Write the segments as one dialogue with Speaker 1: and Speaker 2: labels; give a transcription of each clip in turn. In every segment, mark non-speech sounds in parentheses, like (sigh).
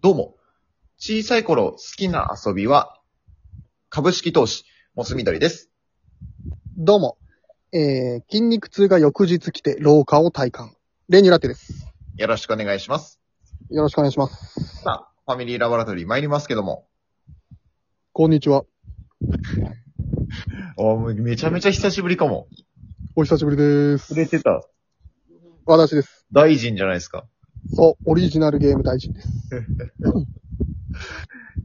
Speaker 1: どうも。小さい頃好きな遊びは、株式投資、モス緑です。
Speaker 2: どうも。えー、筋肉痛が翌日来て老化を体感。レニュラテです。
Speaker 1: よろしくお願いします。
Speaker 2: よろしくお願いします。
Speaker 1: さあ、ファミリーラボラトリー参りますけども。
Speaker 2: こんにちは。
Speaker 1: おもうめちゃめちゃ久しぶりかも。
Speaker 2: お久しぶりです。
Speaker 1: れてた。
Speaker 2: 私です。
Speaker 1: 大臣じゃないですか。
Speaker 2: そう、オリジナルゲーム大臣です。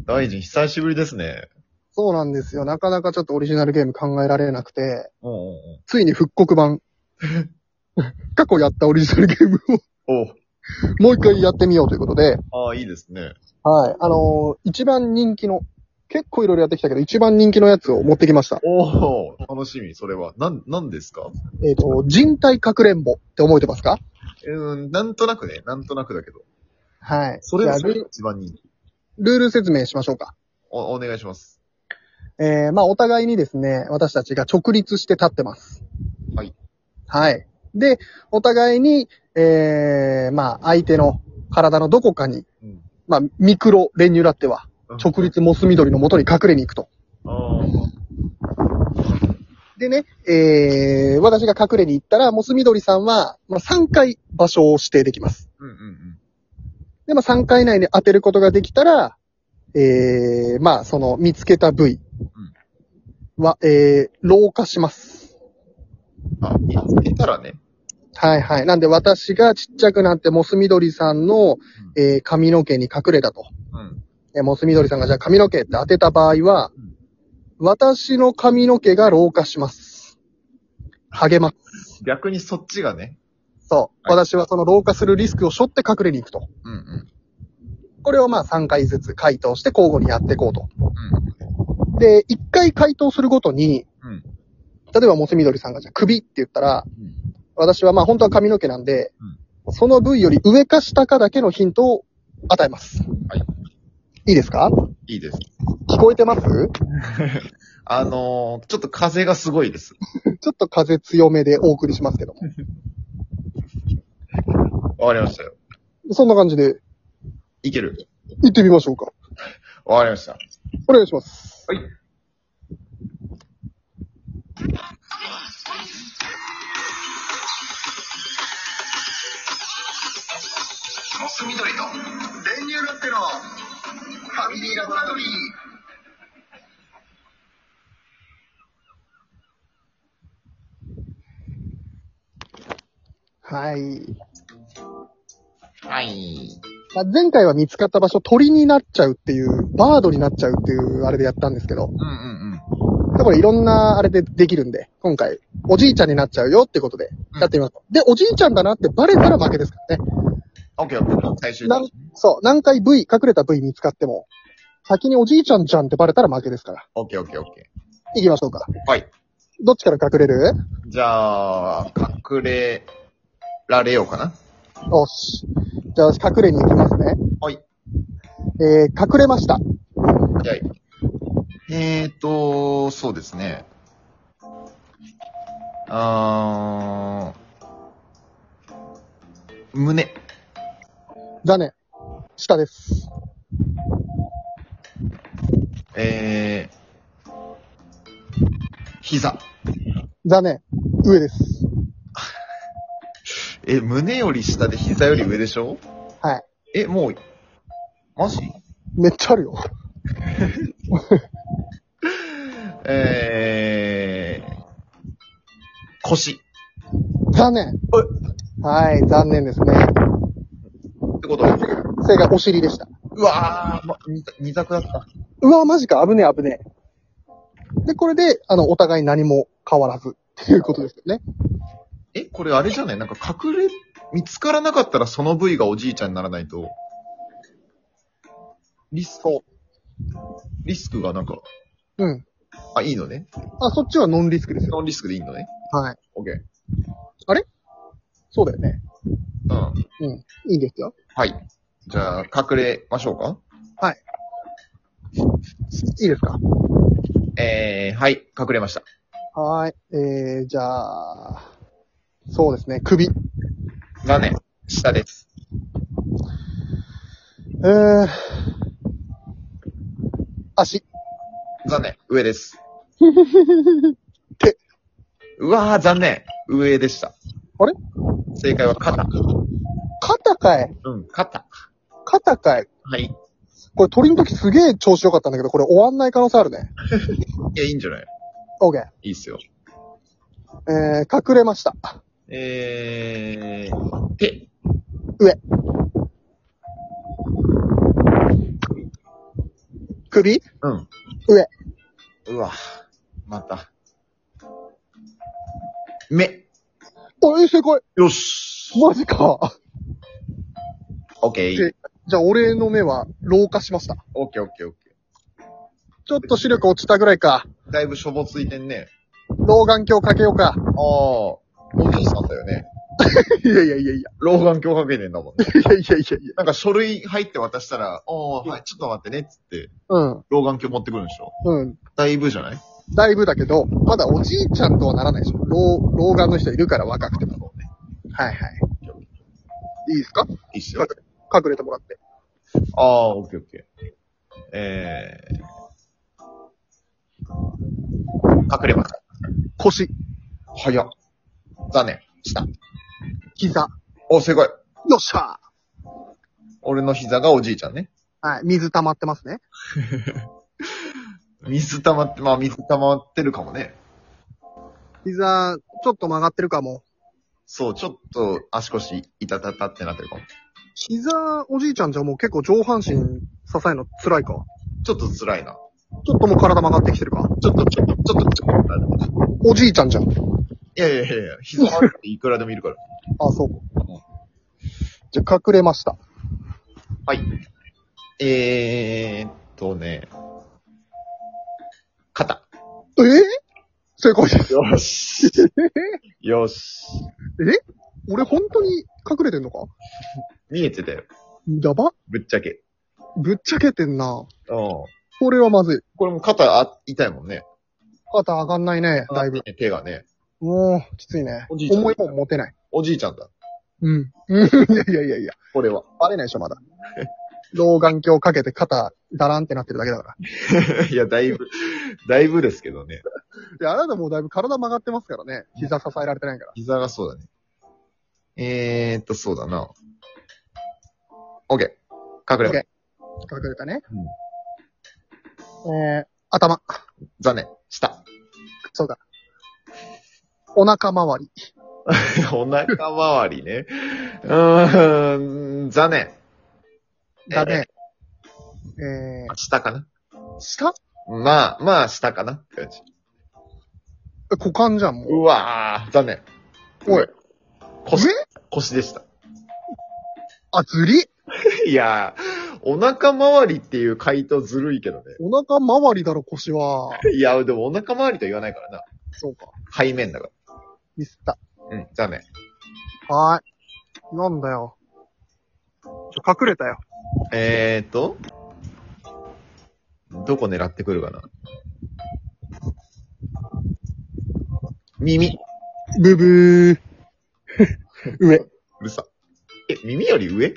Speaker 1: 大臣久しぶりですね。
Speaker 2: そうなんですよ。なかなかちょっとオリジナルゲーム考えられなくて、
Speaker 1: うんうん
Speaker 2: ついに復
Speaker 1: (laughs)
Speaker 2: 刻版。過去やったオリジナルゲーム
Speaker 1: う
Speaker 2: を
Speaker 1: ん。
Speaker 2: もう一回やってみようということで、
Speaker 1: おああ、いいですね。
Speaker 2: はい。あのー一番人気の、結構いろいろやってきたけど、一番人気のやつを持ってきました。
Speaker 1: おお楽しみ、それは。なん、なんですか
Speaker 2: えっ、と、人体かくれんぼって覚えてますか
Speaker 1: うーん、なんとなくね、なんとなくだけど。
Speaker 2: はい。
Speaker 1: それ
Speaker 2: じゃあ
Speaker 1: が
Speaker 2: ルール
Speaker 1: 一番人気。
Speaker 2: ルール説明しましょうか。
Speaker 1: お、お願いします。
Speaker 2: えー、まあ、お互いにですね、私たちが直立して立ってます。
Speaker 1: はい。
Speaker 2: はい。で、お互いに、えー、まあ、相手の体のどこかに、
Speaker 1: うん
Speaker 2: まあ、ミクロレニュラテは、直立モス緑の元に隠れに行くと。
Speaker 1: ああー、
Speaker 2: でね、えー、私が隠れに行ったら、モス緑さんは、まあ、3回場所を指定できます。
Speaker 1: うんうんうん。
Speaker 2: で、まあ、3回以内に当てることができたら、えー、まあ、その、見つけた部位は、えー、老化します。
Speaker 1: あ、見つけたらね。
Speaker 2: はいはい。なんで私がちっちゃくなってモス緑さんの、えー髪の毛に隠れたと。
Speaker 1: うん。
Speaker 2: えーモス緑さんがじゃあ髪の毛って当てた場合は
Speaker 1: うん、
Speaker 2: 私の髪の毛が老化します。励ます。
Speaker 1: 逆にそっちがね。
Speaker 2: そう。
Speaker 1: はい
Speaker 2: 私はその老化するリスクを背負って隠れに行くと。
Speaker 1: うんうん。
Speaker 2: これをまあ3回ずつ回答して交互にやっていこうと。
Speaker 1: うん。
Speaker 2: で、1回回答するごとに、
Speaker 1: うん
Speaker 2: 例えばモス緑さんがじゃあ首って言ったら、
Speaker 1: うん
Speaker 2: 私はまあ本当は髪の毛なんで、その部位より上か下かだけのヒントを与えます。
Speaker 1: はい。
Speaker 2: いいですか
Speaker 1: いいです。
Speaker 2: 聞こえてますち
Speaker 1: あのー、ちょっと風がすごいです。
Speaker 2: ょっと風強めでお送りしますけども。
Speaker 1: わかりましたよ。
Speaker 2: そんな感じで
Speaker 1: いける。
Speaker 2: 行ってみましょうか。
Speaker 1: わかりました。
Speaker 2: お願いします。
Speaker 1: はい。
Speaker 3: モス緑の練乳ラテのファミリーラボラトリー。
Speaker 2: はい。
Speaker 1: はい。
Speaker 2: まあ、前回は見つかった場所鳥になっちゃうっていう、バードになっちゃうっていうあれでやったんですけど
Speaker 1: う、んうん
Speaker 2: でこれいろんなあれでできるんで、今回おじいちゃんになっちゃうよってことで
Speaker 1: うん
Speaker 2: やってみます。で、おじいちゃんだなってバレたら負けですからね。
Speaker 1: うん。オッケーオッケー。最終
Speaker 2: なんそう、何回 V、隠れた V 見つかっても、先におじいちゃんじゃんってバレたら負けですから。
Speaker 1: オッケーオッケーオッケ
Speaker 2: 行きましょうか。
Speaker 1: ー。はい。
Speaker 2: どっちから隠れる
Speaker 1: じゃあ、隠れられようかな。
Speaker 2: よし。じゃあ、隠れに行きますね。
Speaker 1: はい。
Speaker 2: えー、隠れました。
Speaker 1: じゃあ、えーと、そうですね。あー、胸。
Speaker 2: だね。下です。
Speaker 1: えー、膝。
Speaker 2: だね。上です。
Speaker 1: え、胸より下で膝より上でしょ
Speaker 2: はい。
Speaker 1: え、もう、マジ
Speaker 2: めっちゃあるよ。
Speaker 1: えー、腰。って
Speaker 2: 残念。はい、残念ですね。
Speaker 1: ことは
Speaker 2: 正解、お尻でした。
Speaker 1: うわー、ま、二択二択だった。
Speaker 2: うわ、マジか、危ねえ、危ねえ。で、これで、あの、お互い何も変わらず、っていうことですよね。
Speaker 1: え、これあれじゃないなんか隠れ、見つからなかったらその部位がおじいちゃんにならないと、リスク、リスクがなんか、
Speaker 2: うん。
Speaker 1: あ、いいのね。
Speaker 2: あ、そっちはノンリスクですよ。
Speaker 1: ノンリスクでいいのね。
Speaker 2: はい。
Speaker 1: オッケー。
Speaker 2: そうだよね。
Speaker 1: うん。
Speaker 2: いいんですよ。
Speaker 1: はい。じゃあ、隠れましょうか。
Speaker 2: いいですか
Speaker 1: えー、はい、隠れました。
Speaker 2: はーい。えー、じゃあ、そうですね、首。
Speaker 1: 残念。下です。
Speaker 2: えー、足。
Speaker 1: 残念。上です。
Speaker 2: 手。
Speaker 1: うわー、残念。上でした。
Speaker 2: あれ
Speaker 1: 正解は肩。
Speaker 2: 肩かい。
Speaker 1: うん、肩。
Speaker 2: 肩かい。
Speaker 1: はい。い
Speaker 2: これ鳥の時すげえ調子良かったんだけど、これ終わんない可能性あるね。
Speaker 1: や、いいんじゃない
Speaker 2: OK。
Speaker 1: いいっすよ。
Speaker 2: えー、隠れました。
Speaker 1: えー、手。
Speaker 2: 首
Speaker 1: うん。
Speaker 2: 上。
Speaker 1: うわ、また。目。
Speaker 2: あ、え、正解。
Speaker 1: よし。
Speaker 2: マジか。
Speaker 1: オッケー
Speaker 2: で。じゃあ、俺の目は老化しました。
Speaker 1: オッケーオッケーオッケ
Speaker 2: ちょっと視力落ちたぐらいか。
Speaker 1: ー。だいぶしょぼついてんね。
Speaker 2: 老眼鏡かけよう
Speaker 1: あ
Speaker 2: か。
Speaker 1: あ、おじいさんだよね。
Speaker 2: いやいやいやいや。
Speaker 1: 老眼鏡かけてんだもんね。
Speaker 2: いやいやいやいや。
Speaker 1: なんか書類入って渡したら、おー、はい、ちょっと待ってね、っつって、
Speaker 2: うん。
Speaker 1: 老眼鏡持ってくるんでしょ
Speaker 2: うん。
Speaker 1: だいぶじゃない
Speaker 2: だいぶだけど、まだおじいちゃんとはならないでしょ。老、老眼の人いるから若くても。
Speaker 1: そうね。
Speaker 2: はいはい。いいですか
Speaker 1: いいっすよ。
Speaker 2: 隠れてもらって。
Speaker 1: ああ、オッケーオッケー。えー。隠れました。
Speaker 2: 腰、
Speaker 1: 早っ。残念。した。
Speaker 2: 膝。
Speaker 1: お、正解。
Speaker 2: よっしゃ
Speaker 1: 俺の膝がおじいちゃんね。
Speaker 2: ーはい。水溜まってますね。
Speaker 1: 水溜まって、まあ水溜まってるかもね。
Speaker 2: 膝、ちょっと曲がってるかも。
Speaker 1: そう、ちょっと足腰いたたたってなってるかも。
Speaker 2: 膝、おじいちゃんじゃもう結構上半身支えるの辛いか。
Speaker 1: ちょっと辛いな。
Speaker 2: ちょっともう体曲がってきてるか。
Speaker 1: ちょっと、ちょっと、ちょっと、ちょっと。
Speaker 2: おじいちゃんじゃん。
Speaker 1: いやいやいやいや、膝悪くていくらでもいるから。 (laughs)
Speaker 2: あ、そう。じゃあ、隠れました。
Speaker 1: はい。えーっとね。肩。
Speaker 2: えぇ、正解です。
Speaker 1: よ
Speaker 2: (laughs)
Speaker 1: し。よし。
Speaker 2: 俺本当に隠れてんのか
Speaker 1: 見えてたよ。
Speaker 2: やば
Speaker 1: ぶっちゃけ。
Speaker 2: ぶっちゃけてんな。
Speaker 1: うん。こ
Speaker 2: これはまずい。
Speaker 1: れも肩あ、痛いもんね。
Speaker 2: 肩上がんないね、だいぶ。
Speaker 1: ね。手がね。
Speaker 2: もう、きついね。
Speaker 1: おじいちゃん
Speaker 2: 重いもん持てない。
Speaker 1: おじいちゃんだ。
Speaker 2: うん。うんいやいやいやいや。
Speaker 1: これは。
Speaker 2: バレないでしょ、まだ。老眼鏡かけて肩、だらんってなってるだけだか
Speaker 1: (laughs)
Speaker 2: ら。
Speaker 1: いや、だいぶ、だいぶですけどね。
Speaker 2: いや、あなたもうだいぶ体曲がってますからね。膝支えられてないから。
Speaker 1: 膝がそうだね。えーっと、そうだな。オッケー。隠れた。
Speaker 2: 隠れたね。えー、頭。
Speaker 1: 残念。下。
Speaker 2: そうだ。お腹周り。
Speaker 1: (laughs) お腹周りね。うーん、残念。
Speaker 2: だね。え
Speaker 1: 下かな
Speaker 2: ー、下
Speaker 1: まあ、まあ、下かなって感じ。
Speaker 2: 股間じゃん、もう。
Speaker 1: うわー、残念。
Speaker 2: おい。
Speaker 1: 腰
Speaker 2: 上、
Speaker 1: 腰でした。
Speaker 2: あ、ずり
Speaker 1: いやー、お腹周りっていう回答ずるいけどね。
Speaker 2: お腹周りだろ、腰は。
Speaker 1: いや、でもお腹周りとは言わないからな。
Speaker 2: そうか。
Speaker 1: 背面だか
Speaker 2: ミスった。
Speaker 1: ら。うん、残念。
Speaker 2: はーい。なんだよ。ちょ、隠れたよ。
Speaker 1: えーと、どこ狙ってくるかな耳。
Speaker 2: ブブー。上。
Speaker 1: うるさ。え、耳より上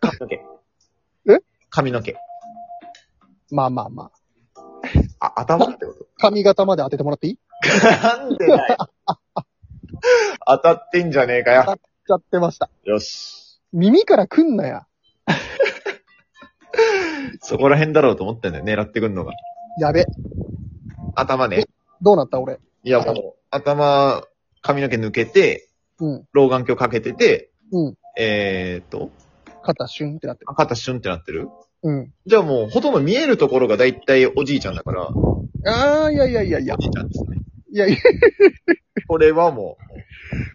Speaker 1: 髪の毛。
Speaker 2: え
Speaker 1: 髪の毛。
Speaker 2: まあまあまあ。
Speaker 1: あ、頭ってこと
Speaker 2: 髪型まで当ててもらっていい
Speaker 1: (laughs) なんでだよ。当たってんじゃねえかよ。
Speaker 2: やってました。
Speaker 1: よし。
Speaker 2: 耳からくんなや。
Speaker 1: そこら辺だろうと思ったんだよ、狙ってくんのが。
Speaker 2: やべ。
Speaker 1: 頭ね。
Speaker 2: どうなった俺。
Speaker 1: いや、もう、頭、髪の毛抜けて、
Speaker 2: うん。
Speaker 1: 老眼鏡かけてて、
Speaker 2: うん。
Speaker 1: えーっと、
Speaker 2: 肩シュンってなってる。
Speaker 1: 肩シュンってなってる
Speaker 2: うん。
Speaker 1: じゃあもう、ほとんど見えるところがだいたいおじいちゃんだから、お
Speaker 2: あー、いやいやいやいや。
Speaker 1: じいちゃんですね。
Speaker 2: いやいや、
Speaker 1: これはも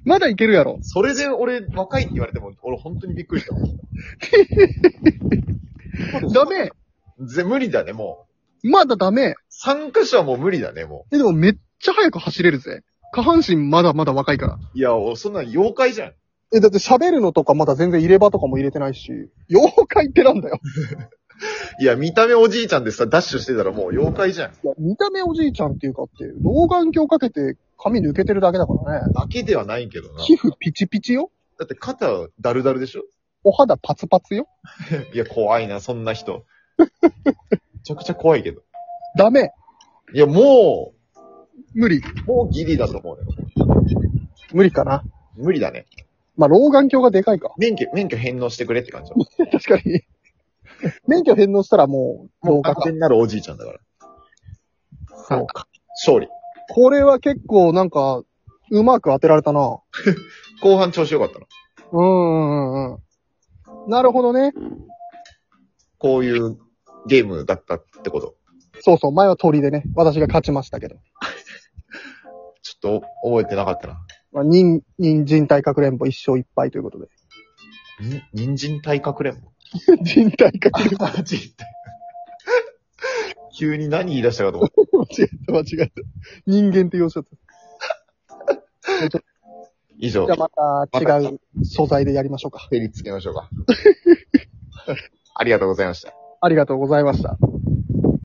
Speaker 2: まだいけるやろ
Speaker 1: う、。それで俺若いって言われても、俺本当にびっくりした。
Speaker 2: (laughs) ダメ。
Speaker 1: ぜ無理だね、もう。
Speaker 2: まだダメ。
Speaker 1: 参加者はもう無理だね、も
Speaker 2: え、でもめっちゃ早く走れるぜ。下半身まだまだ若いから。
Speaker 1: う。いや、おそんなん妖怪じゃん。
Speaker 2: え、だって喋るのとかまだ全然入れ歯とかも入れてないし、妖怪ってなんだよ。
Speaker 1: いや、見た目おじいちゃんでさ、ダッシュしてたらもう妖怪じゃん。
Speaker 2: いや、見た目おじいちゃんっていうかって、老眼鏡かけて髪抜けてるだけだからね。
Speaker 1: だけではないけどな。
Speaker 2: 皮膚ピチピチよ
Speaker 1: だって肩、ダルダルでしょ
Speaker 2: お肌パツパツよ。
Speaker 1: いや、怖いな、そんな人。めちゃくちゃ怖いけど。
Speaker 2: ダメ。
Speaker 1: いや、も
Speaker 2: 無理。
Speaker 1: う、もうギリだと思うよ。
Speaker 2: 無理かな。
Speaker 1: 無理だね。
Speaker 2: まあ、老眼鏡がでかいか。
Speaker 1: 免許、免許返納してくれって感じだ。
Speaker 2: (laughs) 確かに。免許返納したらもう、
Speaker 1: も
Speaker 2: 老
Speaker 1: う
Speaker 2: 眼
Speaker 1: 完
Speaker 2: 鏡。
Speaker 1: 全なるおじいちゃんだから。
Speaker 2: そうか。
Speaker 1: 勝利。
Speaker 2: これは結構なんか、うまく当てられたな。
Speaker 1: 後半調子良かったな。
Speaker 2: うんうんうんうん。なるほどね。
Speaker 1: こういうゲームだったってこと。
Speaker 2: そうそう、前は鳥でね、私が勝ちましたけど。
Speaker 1: ちょっと覚えてなかったな。
Speaker 2: まあ、人、人参体かくれんぼ一生いっぱいということで。
Speaker 1: に、人参体格れんぼ。
Speaker 2: (laughs) 人体かくれん
Speaker 1: あ、ちって。急に何言い出したかと思った。
Speaker 2: ぼ。間違えた、間違えた。人間って言うしちゃった。
Speaker 1: 以上
Speaker 2: じゃ。あまた違う素材でやりましょうか。
Speaker 1: (laughs)
Speaker 2: (laughs)
Speaker 1: ペリつけましょうか。ありがとうございました。
Speaker 2: ありがとうございました。